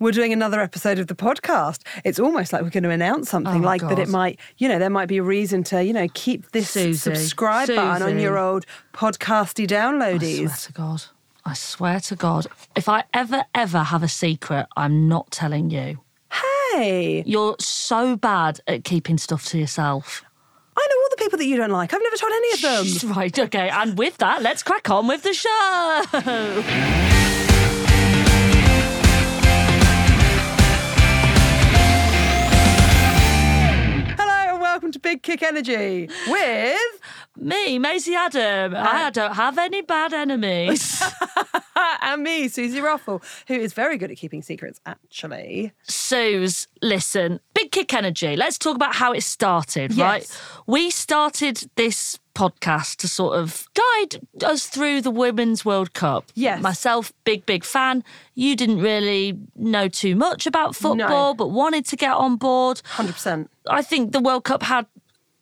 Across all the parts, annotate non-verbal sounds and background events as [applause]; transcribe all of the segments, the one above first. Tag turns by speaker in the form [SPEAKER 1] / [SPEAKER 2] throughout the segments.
[SPEAKER 1] we're doing another episode of the podcast. It's almost like we're going to announce something
[SPEAKER 2] my
[SPEAKER 1] like that. It
[SPEAKER 2] Oh, God.
[SPEAKER 1] might, you know, there might be a reason to, you know, keep this
[SPEAKER 2] Susie,
[SPEAKER 1] subscribe button on
[SPEAKER 2] Susie.
[SPEAKER 1] your old podcasty
[SPEAKER 2] I
[SPEAKER 1] downloadies.
[SPEAKER 2] swear to God. I swear to God. If I ever, ever have a secret, I'm not telling you.
[SPEAKER 1] Hey,
[SPEAKER 2] You're so bad at keeping stuff to yourself.
[SPEAKER 1] I know all the people that you don't like. I've never told any of them.
[SPEAKER 2] [laughs] Right, okay. And with that, let's crack on with the show. [laughs]
[SPEAKER 1] Hello and welcome to Big Kick Energy with
[SPEAKER 2] Me, Maisie Adam. I don't have any bad enemies.
[SPEAKER 1] uh, and me, Susie Ruffle, who is very good at keeping secrets, actually.
[SPEAKER 2] Suze, listen, Big Kick Energy. Let's talk about how it started, right? We started this podcast to sort of guide us through the Women's World Cup.
[SPEAKER 1] Yes.
[SPEAKER 2] Myself, big, big fan. You didn't really know too much about football, but wanted to get on board.
[SPEAKER 1] 100%.
[SPEAKER 2] I think the World Cup had,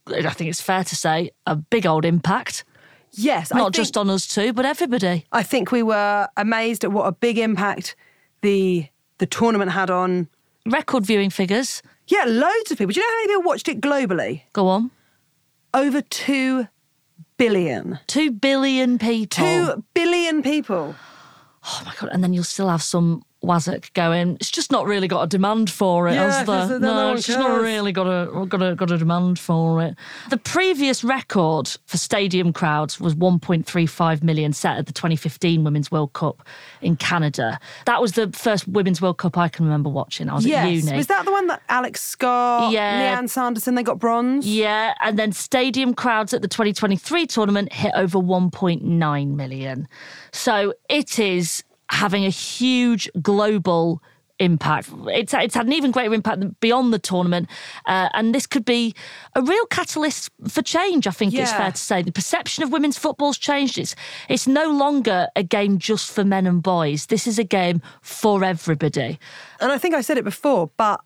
[SPEAKER 2] I think it's fair to say, a big old impact.
[SPEAKER 1] Yes. I
[SPEAKER 2] Not
[SPEAKER 1] think-
[SPEAKER 2] just on us two, but everybody.
[SPEAKER 1] I think we were amazed at what a big impact the the tournament had on
[SPEAKER 2] Record viewing figures.
[SPEAKER 1] yeah, loads of people. Do you know how many people watched it globally?
[SPEAKER 2] Go on.
[SPEAKER 1] Over two billion.
[SPEAKER 2] Two billion
[SPEAKER 1] Two
[SPEAKER 2] people.
[SPEAKER 1] billion people.
[SPEAKER 2] oh my god! And then you'll still have some Wazak going. It's just not really got a demand for it,
[SPEAKER 1] Yeah,
[SPEAKER 2] has
[SPEAKER 1] 'cause
[SPEAKER 2] there?
[SPEAKER 1] then no
[SPEAKER 2] No,
[SPEAKER 1] one
[SPEAKER 2] it's just not
[SPEAKER 1] cares.
[SPEAKER 2] really got a got a got a demand for it. The previous record for stadium crowds was 1.35 million set at the 2015 Women's World Cup in Canada. That was the first Women's World Cup I can remember watching. I was at
[SPEAKER 1] Yes.
[SPEAKER 2] uni.
[SPEAKER 1] Was that the one that Alex Scott,
[SPEAKER 2] Yeah.
[SPEAKER 1] Leanne Sanderson, they got bronze?
[SPEAKER 2] Yeah, and then stadium crowds at the 2023 tournament hit over 1.9 million. So it is having a huge global impact. It's, it's had an even greater impact than- beyond the tournament. Uh, and this could be a real catalyst for change, I think it's
[SPEAKER 1] Yeah.
[SPEAKER 2] fair to say. The perception of women's football's changed. It's, it's no longer a game just for men and boys. This is a game for everybody.
[SPEAKER 1] And I think I said it before, but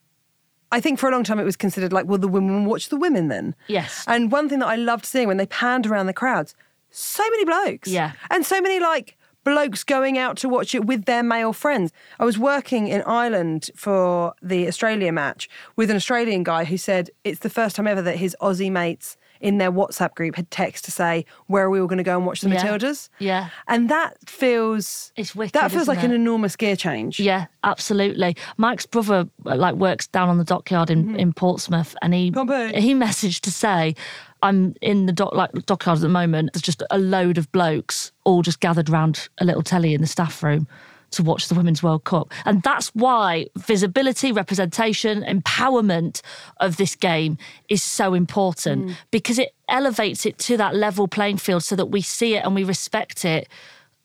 [SPEAKER 1] I think for a long time it was considered like, will the women watch the women then?
[SPEAKER 2] Yes.
[SPEAKER 1] And one thing that I loved seeing when they panned around the crowds, so many blokes.
[SPEAKER 2] Yeah.
[SPEAKER 1] And so many like blokes going out to watch it with their male friends. I was working in Ireland for the Australia match with an Australian guy who said it's the first time ever that his Aussie mates in their WhatsApp group had text to say where are we all going to go and watch the
[SPEAKER 2] Yeah.
[SPEAKER 1] Matildas.
[SPEAKER 2] Yeah.
[SPEAKER 1] And that feels
[SPEAKER 2] It's wicked,
[SPEAKER 1] That feels
[SPEAKER 2] isn't
[SPEAKER 1] like an
[SPEAKER 2] it?
[SPEAKER 1] enormous gear change.
[SPEAKER 2] Yeah, absolutely. Mike's brother uh, like works down on the dockyard in, in Portsmouth, and he
[SPEAKER 1] Bombay.
[SPEAKER 2] he messaged to say, "I'm in the dock like dockyard at the moment. There's just a load of blokes all just gathered round a little telly in the staff room." To watch the Women's World Cup. And that's why visibility, representation, empowerment of this game is so important because it elevates it to that level playing field so that we see it and we respect it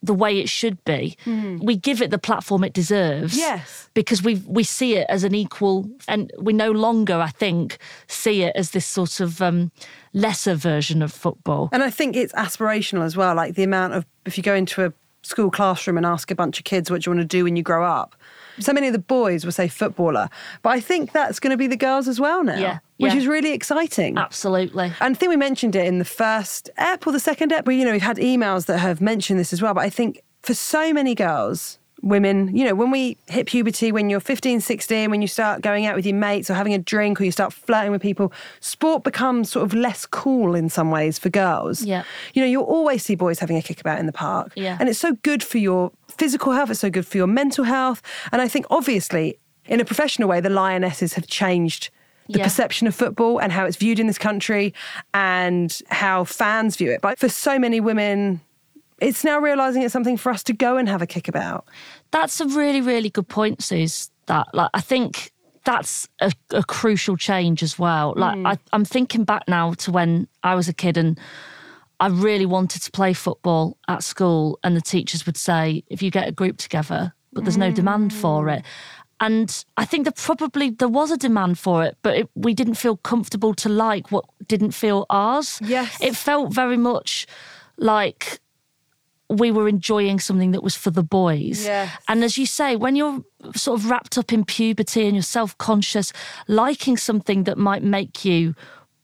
[SPEAKER 2] the way it should be. We give it the platform it deserves.
[SPEAKER 1] Yes.
[SPEAKER 2] Because we we see it as an equal and we no longer, I think, see it as this sort of um, lesser version of football.
[SPEAKER 1] And I think it's aspirational as well. Like the amount of, if you go into a school classroom and ask a bunch of kids what do you want to do when you grow up, so many of the boys will say footballer. But I think that's going to be the girls as well now,
[SPEAKER 2] Yeah,
[SPEAKER 1] which
[SPEAKER 2] yeah.
[SPEAKER 1] is really exciting.
[SPEAKER 2] Absolutely.
[SPEAKER 1] And I think we mentioned it in the first ep or the second ep. But, you know, we've had emails that have mentioned this as well. But I think for so many girls, women, you know, when we hit puberty, when you're 15, 16, when you start going out with your mates or having a drink or you start flirting with people, sport becomes sort of less cool in some ways for girls.
[SPEAKER 2] Yeah.
[SPEAKER 1] You know, you'll always see boys having a kick about in the park.
[SPEAKER 2] Yeah.
[SPEAKER 1] And it's so good for your physical health, it's so good for your mental health. And I think obviously in a professional way, the Lionesses have changed the
[SPEAKER 2] Yeah.
[SPEAKER 1] perception of football and how it's viewed in this country and how fans view it. But for so many women, it's now realizing it's something for us to go and have a kick about.
[SPEAKER 2] That's a really, really good point, Suze. That like I think that's a, a crucial change as well. Like I, I'm thinking back now to when I was a kid and I really wanted to play football at school, and the teachers would say, "If you get a group together, but there's no demand for it." And I think there probably there was a demand for it, but it, we didn't feel comfortable to like what didn't feel ours.
[SPEAKER 1] Yes.
[SPEAKER 2] it felt very much like we were enjoying something that was for the boys.
[SPEAKER 1] Yes.
[SPEAKER 2] And as you say, when you're sort of wrapped up in puberty and you're self conscious, liking something that might make you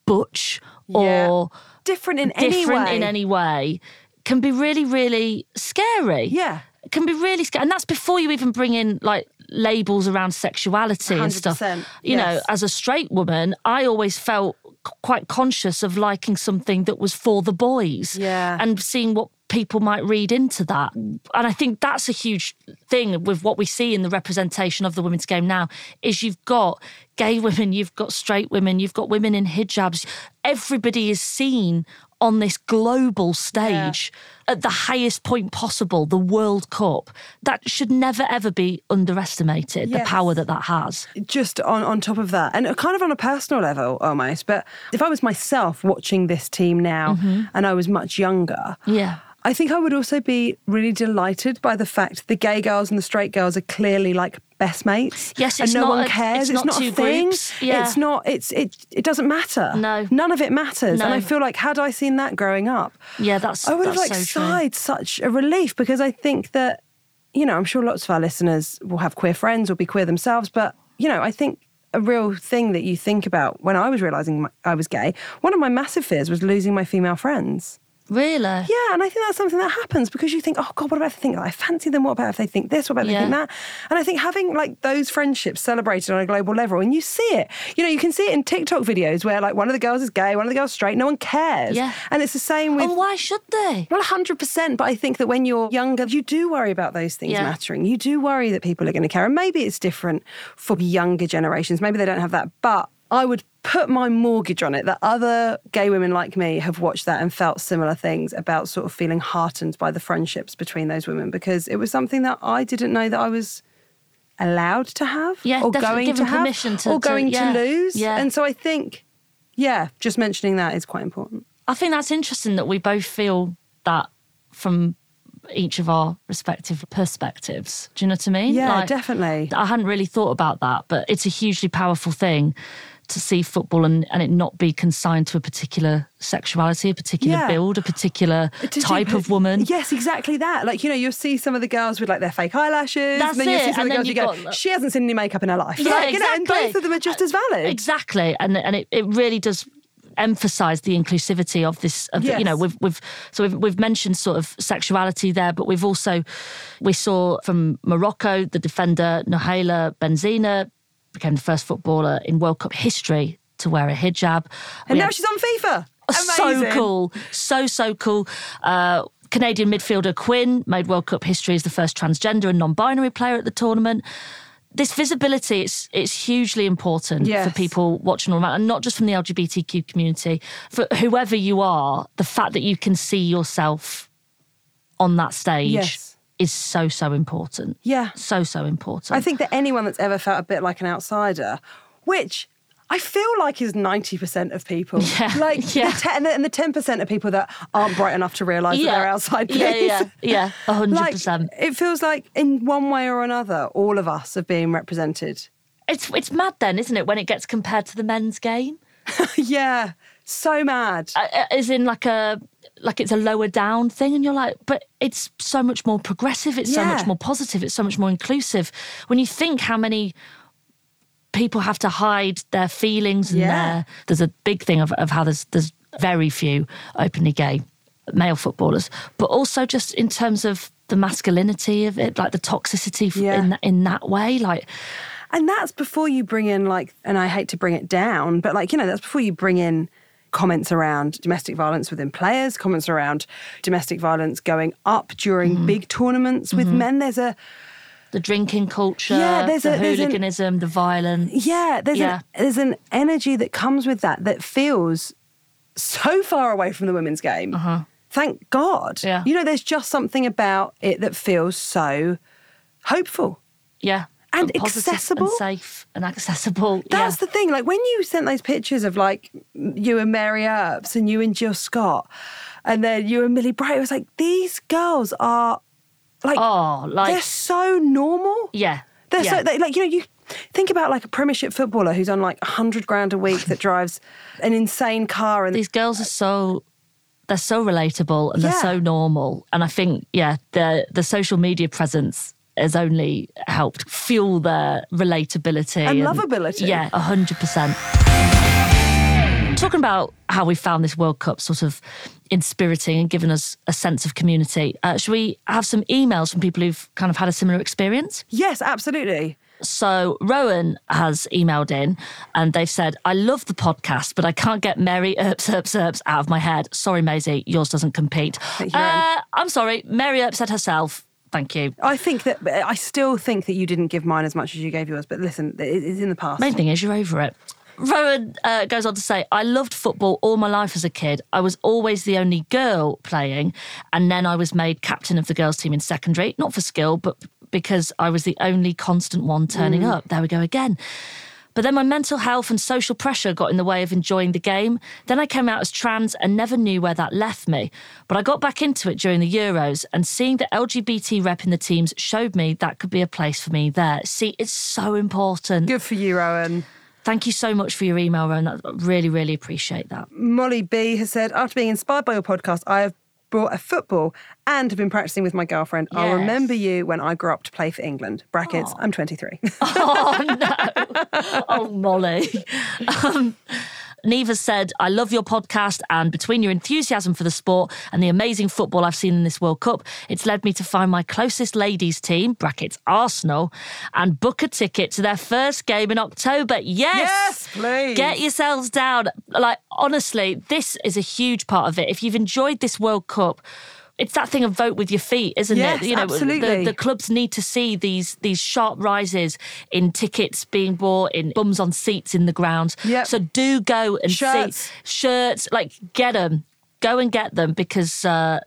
[SPEAKER 2] butch
[SPEAKER 1] Yeah.
[SPEAKER 2] or
[SPEAKER 1] Different in
[SPEAKER 2] different
[SPEAKER 1] any way.
[SPEAKER 2] in any way can be really, really scary.
[SPEAKER 1] Yeah.
[SPEAKER 2] Can be really scary. And that's before you even bring in like labels around sexuality and stuff.
[SPEAKER 1] 100%,
[SPEAKER 2] You know,
[SPEAKER 1] yes.
[SPEAKER 2] as a straight woman, I always felt c- quite conscious of liking something that was for the boys
[SPEAKER 1] Yeah.
[SPEAKER 2] and seeing what people might read into that. And I think that's a huge thing with what we see in the representation of the women's game now is you've got gay women, you've got straight women, you've got women in hijabs. Everybody is seen on this global stage at the highest point possible, the World Cup. That should never ever be underestimated, the
[SPEAKER 1] Yes.
[SPEAKER 2] power that that has.
[SPEAKER 1] just on, on top of that, and kind of on a personal level almost, but if I was myself watching this team now and I was much younger,
[SPEAKER 2] Yeah.
[SPEAKER 1] I think I would also be really delighted by the fact the gay girls and the straight girls are clearly like best mates.
[SPEAKER 2] Yes,
[SPEAKER 1] and
[SPEAKER 2] it's
[SPEAKER 1] no
[SPEAKER 2] not
[SPEAKER 1] one
[SPEAKER 2] a-
[SPEAKER 1] cares.
[SPEAKER 2] it's
[SPEAKER 1] It's,
[SPEAKER 2] not
[SPEAKER 1] not,
[SPEAKER 2] two
[SPEAKER 1] a thing.
[SPEAKER 2] groups. Yeah.
[SPEAKER 1] It's not. It's it. It doesn't matter.
[SPEAKER 2] No.
[SPEAKER 1] none of it matters. And
[SPEAKER 2] No.
[SPEAKER 1] I feel like had I seen that growing up,
[SPEAKER 2] Yeah, that's
[SPEAKER 1] I would have
[SPEAKER 2] that's
[SPEAKER 1] like
[SPEAKER 2] so true.
[SPEAKER 1] sighed such a relief because I think that, you know, I'm sure lots of our listeners will have queer friends, will be queer themselves, but, you know, I think a real thing that you think about when I was realizing my, I was gay, one of my massive fears was losing my female friends.
[SPEAKER 2] Really?
[SPEAKER 1] Yeah, and I think that's something that happens because you think, oh God, what about if they think that I fancy them? What about if they think this? What about if
[SPEAKER 2] Yeah.
[SPEAKER 1] they think that? And I think having like those friendships celebrated on a global level, and you see it, you know, you can see it in TikTok videos where like one of the girls is gay, one of the girls straight, no one cares.
[SPEAKER 2] Yeah. Oh,
[SPEAKER 1] And it's the same with
[SPEAKER 2] And why should they?
[SPEAKER 1] well, 100%. But I think that when you're younger, you do worry about those things
[SPEAKER 2] Yeah.
[SPEAKER 1] mattering. You do worry that people are going to care. And maybe it's different for younger generations. Maybe they don't have that. But I would put my mortgage on it that other gay women like me have watched that and felt similar things about sort of feeling heartened by the friendships between those women because it was something that I didn't know that I was allowed to have
[SPEAKER 2] Yeah,
[SPEAKER 1] or
[SPEAKER 2] definitely
[SPEAKER 1] going to
[SPEAKER 2] given
[SPEAKER 1] have
[SPEAKER 2] permission to-
[SPEAKER 1] or
[SPEAKER 2] to-
[SPEAKER 1] going to,
[SPEAKER 2] yeah,
[SPEAKER 1] lose.
[SPEAKER 2] yeah.
[SPEAKER 1] And so I think, yeah, just mentioning that is quite important.
[SPEAKER 2] I think that's interesting that we both feel that from each of our respective perspectives. Do you know what I mean?
[SPEAKER 1] Yeah, definitely.
[SPEAKER 2] I hadn't really thought about that, but it's a hugely powerful thing to see football and, and it not be consigned to a particular sexuality, a particular
[SPEAKER 1] Yeah.
[SPEAKER 2] build, a particular
[SPEAKER 1] Did you
[SPEAKER 2] type
[SPEAKER 1] put-
[SPEAKER 2] of woman.
[SPEAKER 1] Yes, exactly that. Like, you know, you'll see some of the girls with like their fake eyelashes.
[SPEAKER 2] That's
[SPEAKER 1] and then you'll see
[SPEAKER 2] it,
[SPEAKER 1] some
[SPEAKER 2] and
[SPEAKER 1] of the
[SPEAKER 2] then
[SPEAKER 1] girls you go,
[SPEAKER 2] you've got-
[SPEAKER 1] she hasn't seen any makeup in her life.
[SPEAKER 2] Yeah,
[SPEAKER 1] Like, you know, and both
[SPEAKER 2] exactly.
[SPEAKER 1] of them are just as valid.
[SPEAKER 2] Exactly, and and it, it really does emphasize the inclusivity of this of the, you
[SPEAKER 1] Yes.
[SPEAKER 2] know we've we've so we've, we've mentioned sort of sexuality there but we've also we saw from Morocco the defender Nohaila Benzina became the first footballer in World Cup history to wear a hijab
[SPEAKER 1] And
[SPEAKER 2] We
[SPEAKER 1] now
[SPEAKER 2] had-
[SPEAKER 1] she's on FIFA.
[SPEAKER 2] Oh, so
[SPEAKER 1] Amazing.
[SPEAKER 2] cool. So, so cool. Uh, Canadian midfielder Quinn made World Cup history as the first transgender and non binary player at the tournament. This visibility it's it's hugely important
[SPEAKER 1] Yes.
[SPEAKER 2] for people watching all around, and not just from the LGBTQ community. For whoever you are, the fact that you can see yourself on that stage
[SPEAKER 1] Yes.
[SPEAKER 2] is so so important.
[SPEAKER 1] Yeah.
[SPEAKER 2] so so important.
[SPEAKER 1] I think that anyone that's ever felt a bit like an outsider, which I feel like is 90% of people.
[SPEAKER 2] [laughs] Yeah,
[SPEAKER 1] Like,
[SPEAKER 2] yeah.
[SPEAKER 1] The te- and, the, and the 10% of people that aren't bright enough to realise that they're outside things.
[SPEAKER 2] Yeah, yeah, yeah, a
[SPEAKER 1] [laughs]
[SPEAKER 2] hundred
[SPEAKER 1] Like,
[SPEAKER 2] percent.
[SPEAKER 1] it feels like in one way or another, all of us are being represented
[SPEAKER 2] It's it's mad then, isn't it? When it gets compared to the men's game.
[SPEAKER 1] Yeah, so mad.
[SPEAKER 2] uh, as in like a like it's a lower down thing and you're like but it's so much more progressive it's so
[SPEAKER 1] Yeah.
[SPEAKER 2] much more positive it's so much more inclusive when you think how many people have to hide their feelings and
[SPEAKER 1] Yeah.
[SPEAKER 2] their there's a big thing of, of how there's there's very few openly gay male footballers but also just in terms of the masculinity of it like the toxicity f-
[SPEAKER 1] Yeah.
[SPEAKER 2] in that in that way like
[SPEAKER 1] And that's before you bring in, like, and I hate to bring it down, but like, you know, that's before you bring in comments around domestic violence within players, comments
[SPEAKER 2] Mm-hmm.
[SPEAKER 1] around domestic violence going up during big tournaments with men. There's a,
[SPEAKER 2] the drinking culture,
[SPEAKER 1] Yeah, there's
[SPEAKER 2] the
[SPEAKER 1] a- there's an-
[SPEAKER 2] hooliganism, the violence.
[SPEAKER 1] Yeah, there's
[SPEAKER 2] Yeah.
[SPEAKER 1] An, there's an energy that comes with that that feels so far away from the women's game. Thank God.
[SPEAKER 2] Uh-huh. Yeah.
[SPEAKER 1] You know, there's just something about it that feels so hopeful.
[SPEAKER 2] Yeah.
[SPEAKER 1] And
[SPEAKER 2] positive
[SPEAKER 1] accessible.
[SPEAKER 2] and safe and accessible.
[SPEAKER 1] That's
[SPEAKER 2] yeah.
[SPEAKER 1] the thing. Like when you sent those pictures of like you and Mary Earps and you and Jill Scott, and then you and Millie Bright, it was like these girls are like
[SPEAKER 2] oh, like
[SPEAKER 1] they're so normal.
[SPEAKER 2] yeah,
[SPEAKER 1] They're
[SPEAKER 2] yeah.
[SPEAKER 1] so they, like you know you think about like a Premiership footballer who's on like hundred grand a week that drives an insane car and
[SPEAKER 2] these girls are so they're so relatable and
[SPEAKER 1] Yeah.
[SPEAKER 2] they're so normal and i think yeah the the social media presence has only helped fuel their relatability
[SPEAKER 1] And lovability.
[SPEAKER 2] yeah 100% talking about how we found this world cup sort of inspiriting and giving us a sense of community uh, should we have some emails from people who've kind of had a similar experience
[SPEAKER 1] yes, absolutely.
[SPEAKER 2] so Rowan has emailed in and they've said, I love the podcast, but I can't get Mary Earps, Earps, Earps out of my head. Sorry, Maisie, yours doesn't compete.
[SPEAKER 1] you, Rowan.
[SPEAKER 2] Uh, I'm sorry, Mary Earps said herself. Thank you.
[SPEAKER 1] I think that I still think that you didn't give mine as much as you gave yours, but listen, it- it's in the past.
[SPEAKER 2] Main thing is you're over it. Rowan uh, goes on to say, I loved football all my life as a kid. I was always the only girl playing. And then I was made captain of the girls' team in secondary, not for skill, but because I was the only constant one turning up. There we go again. But then my mental health and social pressure got in the way of enjoying the game. Then I came out as trans and never knew where that left me. But I got back into it during the Euros, and seeing the LGBT rep in the teams showed me that could be a place for me there. See, it's so important.
[SPEAKER 1] Good for you, Rowan.
[SPEAKER 2] Thank you so much for your email, Rowan. I really, really appreciate that.
[SPEAKER 1] Molly B has said, after being inspired by your podcast, I have brought a football and have been practicing with my girlfriend. I'll
[SPEAKER 2] Yes.
[SPEAKER 1] remember you when I grow up to play for England. Brackets, I'm [laughs] 23.
[SPEAKER 2] Oh, no. Oh,
[SPEAKER 1] [laughs]
[SPEAKER 2] Molly. Um, Neva said, I love your podcast, and between your enthusiasm for the sport and the amazing football I've seen in this World Cup, it's led me to find my closest ladies' team, brackets Arsenal, and book a ticket to their first game in October. Yes!
[SPEAKER 1] Yes, please.
[SPEAKER 2] Get yourselves down. Like, honestly, this is a huge part of it. If you've enjoyed this World Cup, it's that thing of vote with your feet, isn't
[SPEAKER 1] Yes,
[SPEAKER 2] it? You know, the-
[SPEAKER 1] absolutely.
[SPEAKER 2] the clubs need to see these these sharp rises in tickets being bought, in bums on seats in the ground.
[SPEAKER 1] Yep.
[SPEAKER 2] So do go and
[SPEAKER 1] Shirts.
[SPEAKER 2] see shirts. Like get them, go and get them because uh,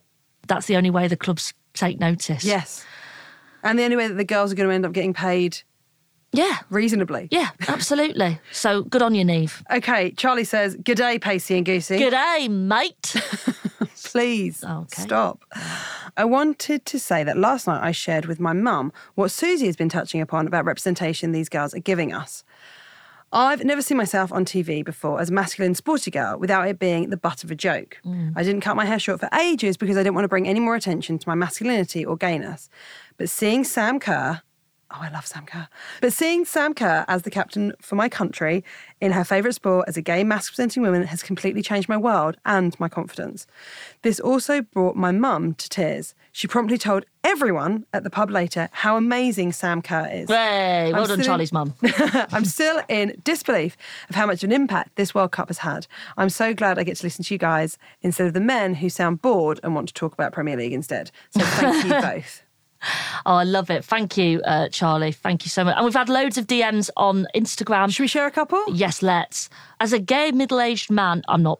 [SPEAKER 2] that's the only way the clubs take notice.
[SPEAKER 1] yes. And the only way that the girls are going to end up getting paid
[SPEAKER 2] yeah,
[SPEAKER 1] reasonably.
[SPEAKER 2] yeah, absolutely. so good on you, Neve.
[SPEAKER 1] Okay, Charlie says, G'day, Pacey and Goosey.
[SPEAKER 2] Good day,
[SPEAKER 1] [laughs]
[SPEAKER 2] mate.
[SPEAKER 1] Please
[SPEAKER 2] Okay.
[SPEAKER 1] stop. I wanted to say that last night I shared with my mum what Susie has been touching upon about representation these girls are giving us. I've never seen myself on TV before as a masculine sporty girl without it being the butt of a joke. I didn't cut my hair short for ages because I didn't want to bring any more attention to my masculinity or gayness. But seeing Sam Kerr, oh, I love Sam Kerr, but seeing Sam Kerr as the captain for my country in her favourite sport as a gay mask presenting woman has completely changed my world and my confidence. This also brought my mum to tears. She promptly told everyone at the pub later how amazing Sam Kerr is.
[SPEAKER 2] Hey, well
[SPEAKER 1] I'm
[SPEAKER 2] done,
[SPEAKER 1] sitting-
[SPEAKER 2] Charlie's mum.
[SPEAKER 1] [laughs] I'm still in disbelief of how much of an impact this World Cup has had. I'm so glad I get to listen to you guys instead of the men who sound bored and want to talk about Premier League instead. So thank
[SPEAKER 2] [laughs]
[SPEAKER 1] you both.
[SPEAKER 2] Oh, I love it. Thank you, uh, Charlie. Thank you so much. And we've had loads of DMs on Instagram.
[SPEAKER 1] Should we share a couple?
[SPEAKER 2] Yes, let's. As a gay middle aged man, I'm not.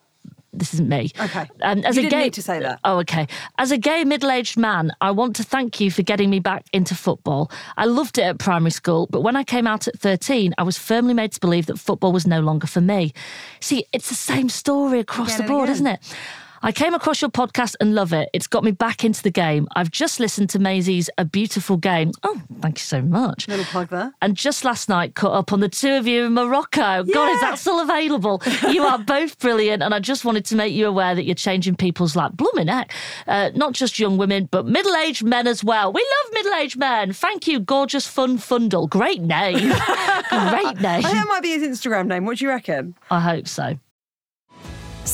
[SPEAKER 2] This isn't me.
[SPEAKER 1] Okay.
[SPEAKER 2] Um, as
[SPEAKER 1] You
[SPEAKER 2] a
[SPEAKER 1] didn't
[SPEAKER 2] gay,
[SPEAKER 1] need to say that.
[SPEAKER 2] Oh, okay. As a gay middle aged man, I want to thank you for getting me back into football. I loved it at primary school, but when I came out at 13, I was firmly made to believe that football was no longer for me. See, it's the same story across
[SPEAKER 1] Again
[SPEAKER 2] the
[SPEAKER 1] and
[SPEAKER 2] board,
[SPEAKER 1] again.
[SPEAKER 2] isn't it? I came across your podcast and love it. It's got me back into the game. I've just listened to Maisie's A Beautiful Game. Oh, thank you so much.
[SPEAKER 1] Little plug there.
[SPEAKER 2] And just last night, caught up on the two of you in Morocco. God, is
[SPEAKER 1] Yeah.
[SPEAKER 2] that still available? You
[SPEAKER 1] [laughs]
[SPEAKER 2] are both brilliant, and I just wanted to make you aware that you're changing people's life. Blooming heck. Uh, not just young women, but middle aged men as well. We love middle aged men. Thank you, gorgeous Fun Fundle.
[SPEAKER 1] [laughs]
[SPEAKER 2] Great name. Great name.
[SPEAKER 1] I think that might be his Instagram name. What do you reckon?
[SPEAKER 2] I hope so.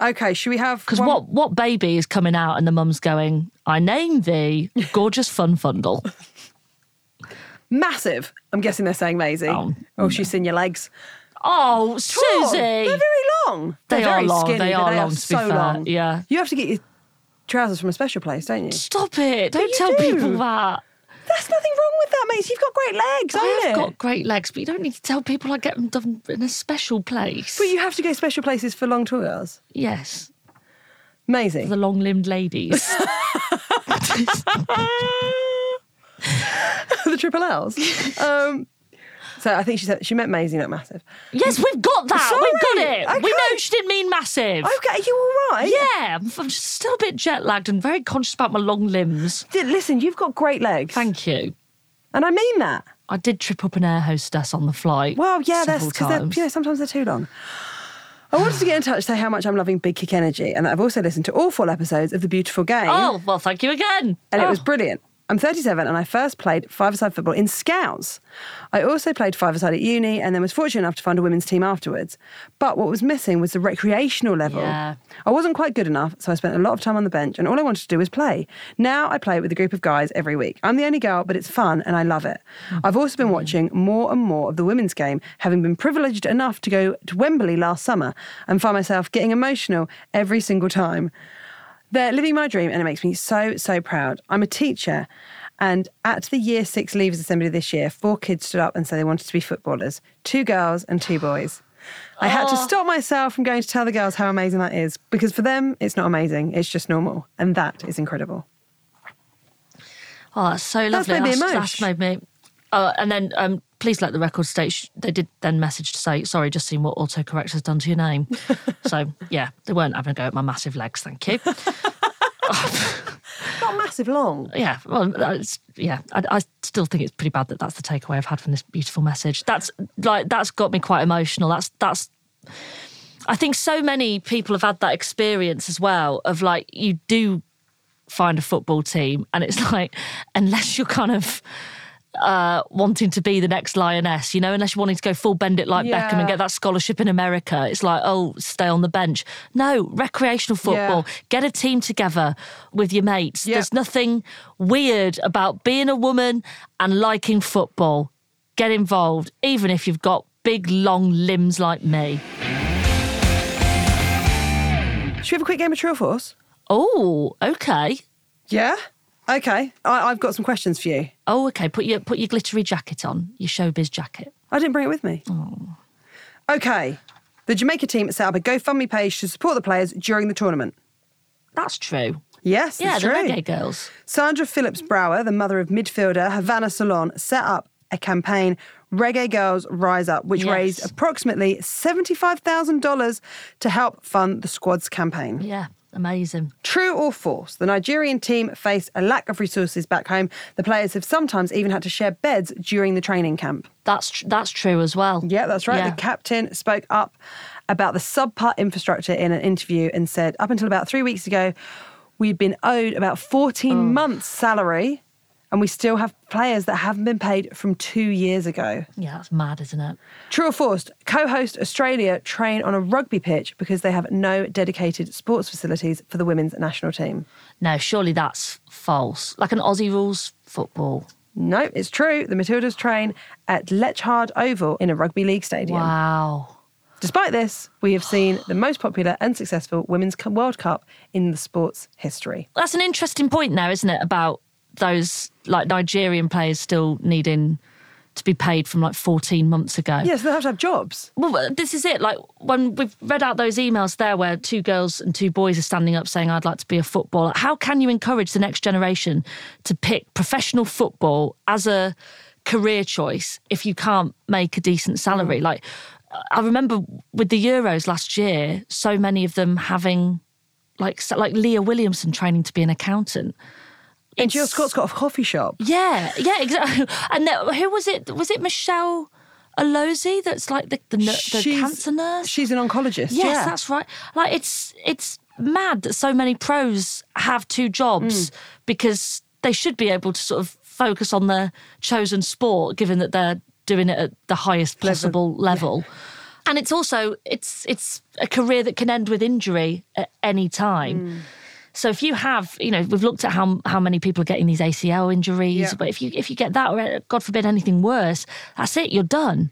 [SPEAKER 1] Okay, should we have?
[SPEAKER 2] Because
[SPEAKER 1] one-
[SPEAKER 2] what, what baby is coming out and the mum's going, I name thee Gorgeous Fun
[SPEAKER 1] [laughs]
[SPEAKER 2] Fundle.
[SPEAKER 1] Massive. I'm guessing they're saying Maisie.
[SPEAKER 2] Oh,
[SPEAKER 1] Oh, she's seen your legs.
[SPEAKER 2] Oh,
[SPEAKER 1] Cool.
[SPEAKER 2] Susie.
[SPEAKER 1] They're very long.
[SPEAKER 2] They
[SPEAKER 1] They're
[SPEAKER 2] are
[SPEAKER 1] very
[SPEAKER 2] long.
[SPEAKER 1] Skinny,
[SPEAKER 2] They
[SPEAKER 1] but
[SPEAKER 2] are
[SPEAKER 1] they
[SPEAKER 2] long,
[SPEAKER 1] Are
[SPEAKER 2] to be
[SPEAKER 1] so
[SPEAKER 2] fair.
[SPEAKER 1] long.
[SPEAKER 2] Yeah.
[SPEAKER 1] You have to get your trousers from a special place, don't you?
[SPEAKER 2] Stop it. Don't
[SPEAKER 1] you
[SPEAKER 2] tell
[SPEAKER 1] do.
[SPEAKER 2] people that.
[SPEAKER 1] That's nothing wrong with that, mates. You've got great legs,
[SPEAKER 2] I
[SPEAKER 1] ain't
[SPEAKER 2] have
[SPEAKER 1] it?
[SPEAKER 2] got great legs, but you don't need to tell people I get them done in a special place.
[SPEAKER 1] But you have to go special places for long tours.
[SPEAKER 2] yes.
[SPEAKER 1] Amazing.
[SPEAKER 2] The long
[SPEAKER 1] [laughs]
[SPEAKER 2] limbed ladies.
[SPEAKER 1] [laughs] the triple
[SPEAKER 2] [laughs]
[SPEAKER 1] L's. um, so I think she said she meant Maisie, not massive.
[SPEAKER 2] yes, we've got that.
[SPEAKER 1] Sorry.
[SPEAKER 2] We've got it. We
[SPEAKER 1] Okay.
[SPEAKER 2] know she didn't mean massive.
[SPEAKER 1] Okay, are you all right?
[SPEAKER 2] Yeah, I'm I'm just still a bit jet lagged and very conscious about my long limbs.
[SPEAKER 1] D- Listen, you've got great legs.
[SPEAKER 2] Thank you.
[SPEAKER 1] and I mean that.
[SPEAKER 2] I did trip up an air hostess on the flight.
[SPEAKER 1] Well, yeah, that's
[SPEAKER 2] several
[SPEAKER 1] because they're,
[SPEAKER 2] times.
[SPEAKER 1] you know, sometimes they're too long. I wanted to get in touch to say how much I'm loving Big Kick Energy, and that I've also listened to all four episodes of The Beautiful Game,
[SPEAKER 2] Oh, well, thank you again.
[SPEAKER 1] and it
[SPEAKER 2] Oh.
[SPEAKER 1] was brilliant. I'm 37 and I first played five-a-side football in Scouts. I also played five-a-side at uni and then was fortunate enough to find a women's team afterwards. But what was missing was the recreational level.
[SPEAKER 2] Yeah.
[SPEAKER 1] I wasn't quite good enough, so I spent a lot of time on the bench and all I wanted to do was play. Now I play with a group of guys every week. I'm the only girl, but it's fun and I love it. I've also been watching more and more of the women's game, having been privileged enough to go to Wembley last summer and find myself getting emotional every single time. They're living my dream and it makes me so, so proud. I'm a teacher and at the year six leavers assembly this year, four kids stood up and said they wanted to be footballers two girls and two boys. I had to stop myself from going to tell the girls how amazing that is because for them, it's not amazing, it's just normal. And that is incredible.
[SPEAKER 2] Oh, that's so lovely.
[SPEAKER 1] That's made me emotional.
[SPEAKER 2] that's made me. Oh, and then um, please let the record state sh- they did then message to say sorry, just seen what autocorrect has done to your
[SPEAKER 1] [laughs]
[SPEAKER 2] name. so yeah, they weren't having a go at my massive legs. Thank you.
[SPEAKER 1] Not massive long.
[SPEAKER 2] yeah, well, that's, yeah, I, I still think it's pretty bad that that's the takeaway I've had from this beautiful message. That's like that's got me quite emotional. That's that's. I think so many people have had that experience as well of like you do find a football team and it's [laughs] like unless you're kind of uh wanting to be the next lioness you know unless you're wanting to go full bend it like beckham and
[SPEAKER 1] Yeah.
[SPEAKER 2] get that scholarship in america it's like oh stay on the bench no recreational football get a team together with your mates
[SPEAKER 1] Yeah.
[SPEAKER 2] there's nothing weird about being a woman and liking football get involved even if you've got big long limbs like me
[SPEAKER 1] Should we have a quick game of true or false?
[SPEAKER 2] oh okay
[SPEAKER 1] Yeah. Okay. I, I've got some questions for you.
[SPEAKER 2] oh okay put your put your glittery jacket on your showbiz jacket
[SPEAKER 1] I didn't bring it with me. Okay. The Jamaica team set up a GoFundMe page to support the players during the tournament.
[SPEAKER 2] That's true.
[SPEAKER 1] Yes,
[SPEAKER 2] yeah,
[SPEAKER 1] it's
[SPEAKER 2] the
[SPEAKER 1] true.
[SPEAKER 2] reggae girls.
[SPEAKER 1] Sandra Phillips Brower, the mother of midfielder Havana Salon, set up a campaign, Reggae Girls Rise Up, which
[SPEAKER 2] Yes.
[SPEAKER 1] raised approximately $75,000 to help fund the squad's campaign.
[SPEAKER 2] Yeah, amazing.
[SPEAKER 1] True or false, the Nigerian team faced a lack of resources back home. The players have sometimes even had to share beds during the training camp.
[SPEAKER 2] That's tr- that's true as well.
[SPEAKER 1] Yeah, that's right.
[SPEAKER 2] Yeah.
[SPEAKER 1] The captain spoke up about the subpar infrastructure in an interview and said, up until about three weeks ago, we've been owed about 14 months' salary, and we still have players that haven't been paid from two years ago.
[SPEAKER 2] yeah, that's mad, isn't it?
[SPEAKER 1] True or false? Co host Australia train on a rugby pitch because they have no dedicated sports facilities for the women's national team.
[SPEAKER 2] No, surely that's false. Like an Aussie rules football.
[SPEAKER 1] No, it's true. The Matildas train at Lechard Oval in a rugby league stadium.
[SPEAKER 2] Wow.
[SPEAKER 1] Despite this, we have seen the most popular and successful Women's Cu- World Cup in the sport's history.
[SPEAKER 2] That's an interesting point there, isn't it? About those like Nigerian players still needing to be paid from like 14 months ago.
[SPEAKER 1] Yes, they have to have jobs.
[SPEAKER 2] Well, this is it. Like when we've read out those emails there where two girls and two boys are standing up saying, I'd like to be a footballer. How can you encourage the next generation to pick professional football as a career choice if you can't make a decent salary? Like, I remember with the Euros last year, so many of them having, like, so- like Leah Williamson training to be an accountant.
[SPEAKER 1] And Jill Scott's got a coffee shop.
[SPEAKER 2] Yeah, yeah, exactly. [laughs] And there, who was it? Was it Michelle Alozi that's like the, the, nu- the
[SPEAKER 1] She's-
[SPEAKER 2] cancer nurse?
[SPEAKER 1] She's an oncologist.
[SPEAKER 2] Yes,
[SPEAKER 1] yeah.
[SPEAKER 2] that's right. Like it's it's
[SPEAKER 1] Mm.
[SPEAKER 2] mad that so many pros have two jobs because they should be able to sort of focus on their chosen sport, given that they're doing it at the highest possible level. And it's also it's it's a career that can end with injury at any time.
[SPEAKER 1] Mm.
[SPEAKER 2] So if you have, you know, we've looked at how how many people are getting these ACL injuries,
[SPEAKER 1] Yeah.
[SPEAKER 2] but if you if you get that or uh, God forbid anything worse, that's it, you're done.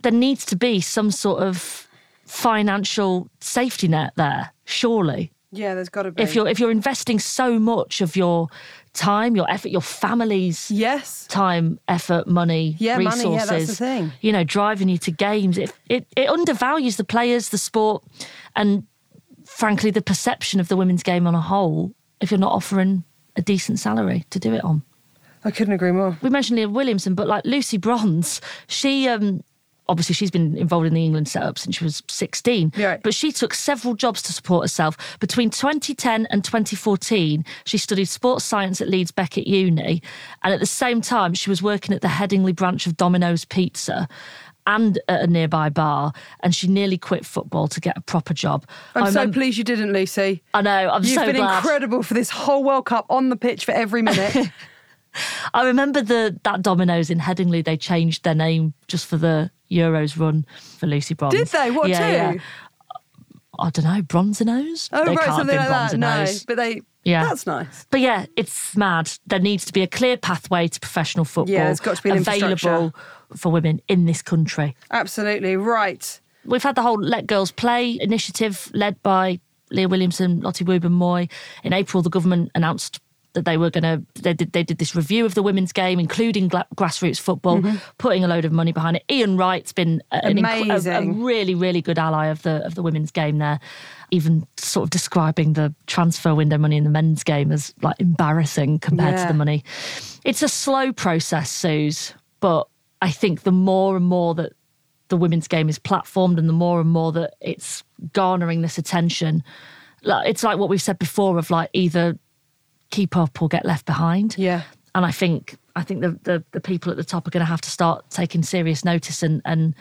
[SPEAKER 2] There needs to be some sort of financial safety net there, surely.
[SPEAKER 1] Yeah, there's got to be.
[SPEAKER 2] If you're if you're investing so much of your time, your effort, your family's
[SPEAKER 1] yes,
[SPEAKER 2] time, effort, money,
[SPEAKER 1] Yeah, money,
[SPEAKER 2] resources.
[SPEAKER 1] yeah, that's the thing.
[SPEAKER 2] You know, driving you to games. It, it it undervalues the players, the sport, and frankly, the perception of the women's game on a whole. If you're not offering a decent salary to do it on,
[SPEAKER 1] I couldn't agree more.
[SPEAKER 2] we mentioned Leah Williamson, but like Lucy Bronze, she um. Obviously, she's been involved in the England setup since she was 16.
[SPEAKER 1] Yeah, right.
[SPEAKER 2] But she took several jobs to support herself. Between 2010 and 2014, she studied sports science at Leeds Beckett Uni. And at the same time, she was working at the Headingley branch of Domino's Pizza and at a nearby bar. And she nearly quit football to get a proper job.
[SPEAKER 1] I'm
[SPEAKER 2] I
[SPEAKER 1] so
[SPEAKER 2] remem-
[SPEAKER 1] pleased you didn't, Lucy.
[SPEAKER 2] I know, I'm
[SPEAKER 1] You've
[SPEAKER 2] so
[SPEAKER 1] been
[SPEAKER 2] glad.
[SPEAKER 1] incredible for this whole World Cup on the pitch for every
[SPEAKER 2] [laughs]
[SPEAKER 1] minute.
[SPEAKER 2] I remember the that Domino's in Headingley. They changed their name just for the Euros run for Lucy Bronze.
[SPEAKER 1] Did they? What
[SPEAKER 2] yeah,
[SPEAKER 1] to?
[SPEAKER 2] yeah. I don't know. Bronzinos.
[SPEAKER 1] Oh,
[SPEAKER 2] they
[SPEAKER 1] right,
[SPEAKER 2] can't have
[SPEAKER 1] something
[SPEAKER 2] been
[SPEAKER 1] like that. No,
[SPEAKER 2] Bronzinos.
[SPEAKER 1] but they.
[SPEAKER 2] Yeah.
[SPEAKER 1] that's nice.
[SPEAKER 2] But yeah, it's mad. There needs to be a clear pathway to professional football.
[SPEAKER 1] Yeah, there's got to be an
[SPEAKER 2] available
[SPEAKER 1] infrastructure.
[SPEAKER 2] for women in this country.
[SPEAKER 1] Absolutely right.
[SPEAKER 2] We've had the whole Let Girls Play initiative led by Leah Williamson, Lottie Wooben Moy. In April, the government announced that they were going to they did they did this review of the women's game, including gla- grassroots football, putting a load of money behind it. Ian Wright's been a- an inc- a, a
[SPEAKER 1] Amazing.
[SPEAKER 2] really really good ally of the of the women's game there. Even sort of describing the transfer window money in the men's game as like embarrassing compared
[SPEAKER 1] Yeah.
[SPEAKER 2] to the money. It's a slow process, Suze, but I think the more and more that the women's game is platformed and the more and more that it's garnering this attention like, it's like what we've said before of like either keep up or get left behind
[SPEAKER 1] Yeah.
[SPEAKER 2] and i think i think the the, the people at the top are going to have to start taking serious notice and and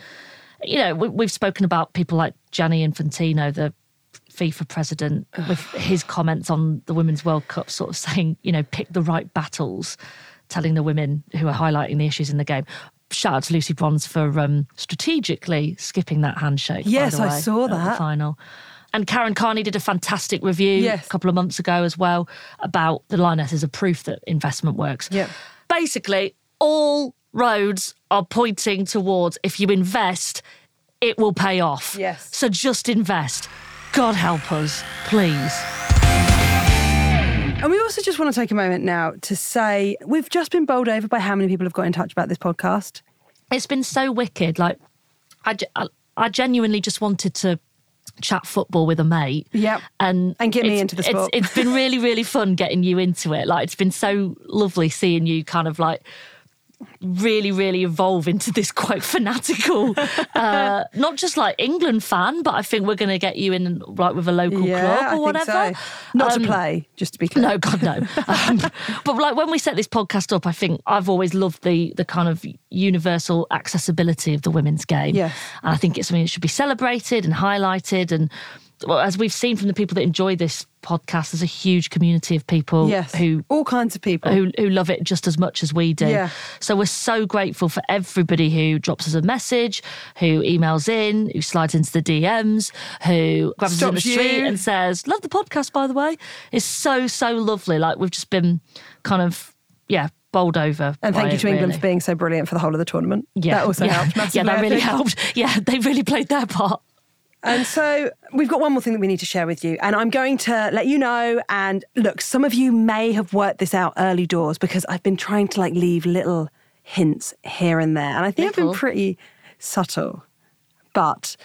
[SPEAKER 2] you know we, we've spoken about people like gianni infantino the FIFA president with his comments on the Women's World Cup, sort of saying, you know, pick the right battles, telling the women who are highlighting the issues in the game. Shout out to Lucy Bronze for um, strategically skipping that handshake. by
[SPEAKER 1] Yes,
[SPEAKER 2] the
[SPEAKER 1] I
[SPEAKER 2] way,
[SPEAKER 1] saw
[SPEAKER 2] at the
[SPEAKER 1] that.
[SPEAKER 2] final. And Karen Carney did a fantastic review
[SPEAKER 1] Yes.
[SPEAKER 2] a couple of months ago as well about the Lioness as a proof that investment works.
[SPEAKER 1] Yep.
[SPEAKER 2] Basically, all roads are pointing towards if you invest, it will pay off.
[SPEAKER 1] Yes.
[SPEAKER 2] So just invest. God help us, please.
[SPEAKER 1] And we also just want to take a moment now to say we've just been bowled over by how many people have got in touch about this podcast.
[SPEAKER 2] It's been so wicked. Like, I, ge- I, I genuinely just wanted to chat football with a mate.
[SPEAKER 1] Yep.
[SPEAKER 2] And,
[SPEAKER 1] And get me
[SPEAKER 2] it's-
[SPEAKER 1] into the
[SPEAKER 2] it's-
[SPEAKER 1] sport.
[SPEAKER 2] it's been really, really fun getting you into it. Like, it's been so lovely seeing you kind of like really, really evolve into this quite fanatical, [laughs] uh, not just like England fan, but I think we're going to get you in like with a local
[SPEAKER 1] yeah,
[SPEAKER 2] club or
[SPEAKER 1] I
[SPEAKER 2] whatever.
[SPEAKER 1] think so. Not
[SPEAKER 2] Um,
[SPEAKER 1] to play, just to be clear.
[SPEAKER 2] [laughs] No, God, no. Um, but like when we set this podcast up, I think I've always loved the the kind of universal accessibility of the women's game.
[SPEAKER 1] Yes.
[SPEAKER 2] And I think it's something that should be celebrated and highlighted. And well, as we've seen from the people that enjoy this podcast, there's a huge community of people
[SPEAKER 1] Yes.
[SPEAKER 2] who
[SPEAKER 1] All kinds of people.
[SPEAKER 2] who, who love it just as much as we do.
[SPEAKER 1] Oh. Yeah.
[SPEAKER 2] So we're so grateful for everybody who drops us a message, who emails in, who slides into the DMs, who grabs
[SPEAKER 1] Stops
[SPEAKER 2] us in the street
[SPEAKER 1] you.
[SPEAKER 2] and says, Love the podcast, by the way. It's so, so lovely. Like we've just been kind of, yeah, bowled over.
[SPEAKER 1] and thank
[SPEAKER 2] by
[SPEAKER 1] you
[SPEAKER 2] it,
[SPEAKER 1] to England
[SPEAKER 2] really.
[SPEAKER 1] for being so brilliant for the whole of the tournament.
[SPEAKER 2] yeah,
[SPEAKER 1] That also
[SPEAKER 2] yeah.
[SPEAKER 1] helped massively.
[SPEAKER 2] [laughs] Yeah, that
[SPEAKER 1] I
[SPEAKER 2] really
[SPEAKER 1] think.
[SPEAKER 2] helped. [laughs] Yeah, they really played their part.
[SPEAKER 1] And so we've got one more thing that we need to share with you. And I'm going to let you know. And look, some of you may have worked this out early doors because I've been trying to like leave little hints here and there. And I think I've
[SPEAKER 2] Little.
[SPEAKER 1] been pretty subtle. But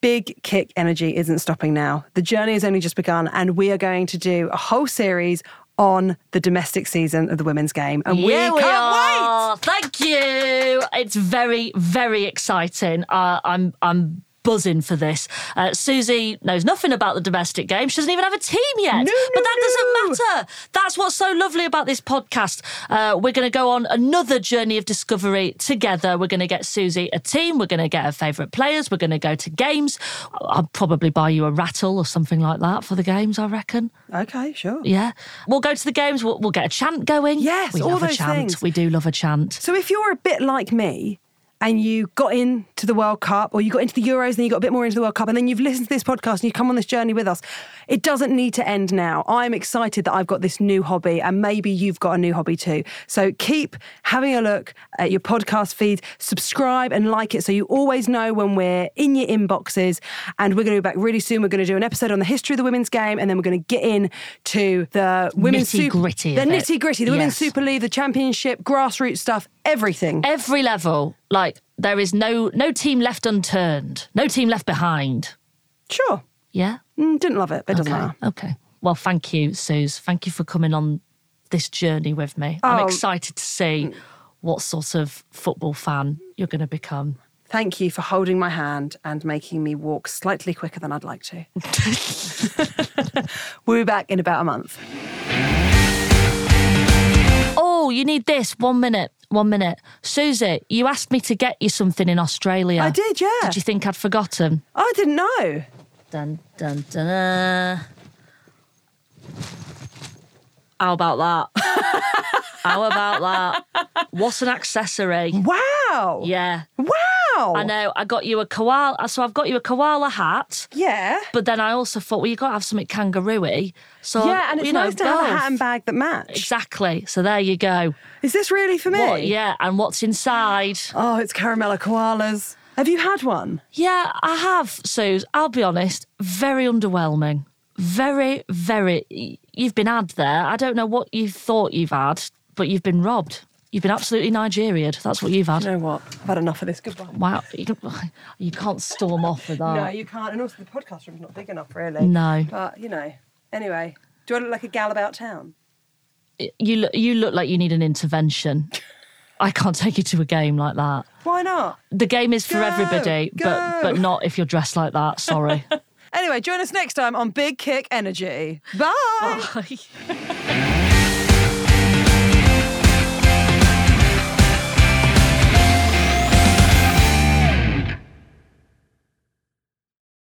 [SPEAKER 1] Big Kick Energy isn't stopping now. The journey has only just begun, and we are going to do a whole series on the domestic season of the women's game. And
[SPEAKER 2] yeah,
[SPEAKER 1] we
[SPEAKER 2] we
[SPEAKER 1] can't wait.
[SPEAKER 2] are. Thank you. It's very, very exciting. Uh, I'm, I'm buzzing for this. Uh, Susie knows nothing about the domestic game. She doesn't even have a team yet.
[SPEAKER 1] No,
[SPEAKER 2] but
[SPEAKER 1] no,
[SPEAKER 2] that
[SPEAKER 1] no.
[SPEAKER 2] doesn't matter. That's what's so lovely about this podcast. Uh, we're going to go on another journey of discovery together. We're going to get Susie a team. We're going to get her favourite players. We're going to go to games. I- I'll probably buy you a rattle or something like that for the games, I reckon.
[SPEAKER 1] Okay, sure.
[SPEAKER 2] Yeah. We'll go to the games. We'll, we'll get a chant going.
[SPEAKER 1] Yes,
[SPEAKER 2] we
[SPEAKER 1] all
[SPEAKER 2] love a
[SPEAKER 1] those
[SPEAKER 2] chant.
[SPEAKER 1] things.
[SPEAKER 2] We do love a chant.
[SPEAKER 1] So if you're a bit like me and you got into the World Cup or you got into the Euros and then you got a bit more into the World Cup and then you've listened to this podcast and you come on this journey with us, it doesn't need to end now. I'm excited that I've got this new hobby and maybe you've got a new hobby too. So keep having a look at your podcast feed, subscribe and like it so you always know when we're in your inboxes and we're going to be back really soon. We're going to do an episode on the history of the women's game and then we're going to get in to the women's Sup-
[SPEAKER 2] Nitty-gritty
[SPEAKER 1] the
[SPEAKER 2] of it.
[SPEAKER 1] nitty gritty, the women's
[SPEAKER 2] Yes.
[SPEAKER 1] super League, the championship, grassroots stuff, everything.
[SPEAKER 2] every level like there is no no team left unturned no team left behind
[SPEAKER 1] Sure.
[SPEAKER 2] yeah
[SPEAKER 1] Mm, didn't love it, but it doesn't
[SPEAKER 2] okay
[SPEAKER 1] matter.
[SPEAKER 2] okay well thank you suze thank you for coming on this journey with me i'm
[SPEAKER 1] Oh. Mm.
[SPEAKER 2] excited to see what sort of football fan you're going to become
[SPEAKER 1] Thank you for holding my hand and making me walk slightly quicker than I'd like [laughs] to. we'll be back in about a month.
[SPEAKER 2] oh you need this one minute one minute susie you asked me to get you something in australia
[SPEAKER 1] I did, yeah.
[SPEAKER 2] did you think i'd forgotten
[SPEAKER 1] Oh, I didn't know.
[SPEAKER 2] Dun dun dun. uh. How about that? [laughs] How about that? What an accessory.
[SPEAKER 1] Wow.
[SPEAKER 2] Yeah.
[SPEAKER 1] Wow.
[SPEAKER 2] I know. I got you a koala. So I've got you a koala hat.
[SPEAKER 1] Yeah.
[SPEAKER 2] But then I also thought, well, you've got to have something kangaroo-y. So
[SPEAKER 1] yeah, and it's
[SPEAKER 2] you know,
[SPEAKER 1] nice to have a
[SPEAKER 2] both.
[SPEAKER 1] hat and bag that match.
[SPEAKER 2] Exactly. So there you go.
[SPEAKER 1] Is this really for me?
[SPEAKER 2] What? Yeah. And what's inside?
[SPEAKER 1] Oh, it's caramella koalas. Have you had one?
[SPEAKER 2] Yeah, I have, Suze. I'll be honest, very underwhelming. Very, very. You've been had there. I don't know what you thought you've had, but you've been robbed. You've been absolutely Nigeriad. That's what you've had.
[SPEAKER 1] You know what? I've had enough of this. Goodbye.
[SPEAKER 2] Wow. You don't- you can't storm off with that.
[SPEAKER 1] No, you can't. And also, the podcast room's not big enough, really.
[SPEAKER 2] Oh. No.
[SPEAKER 1] But, you know, anyway, do I look like a gal about town?
[SPEAKER 2] You, look, you look like you need an intervention. I can't take you to a game like that.
[SPEAKER 1] Why not?
[SPEAKER 2] The game is for
[SPEAKER 1] Go,
[SPEAKER 2] everybody,
[SPEAKER 1] go.
[SPEAKER 2] but but not if you're dressed like that.
[SPEAKER 1] [laughs]
[SPEAKER 2] Sorry.
[SPEAKER 1] Anyway, join us next time on Big Kick Energy. Bye.
[SPEAKER 2] Bye.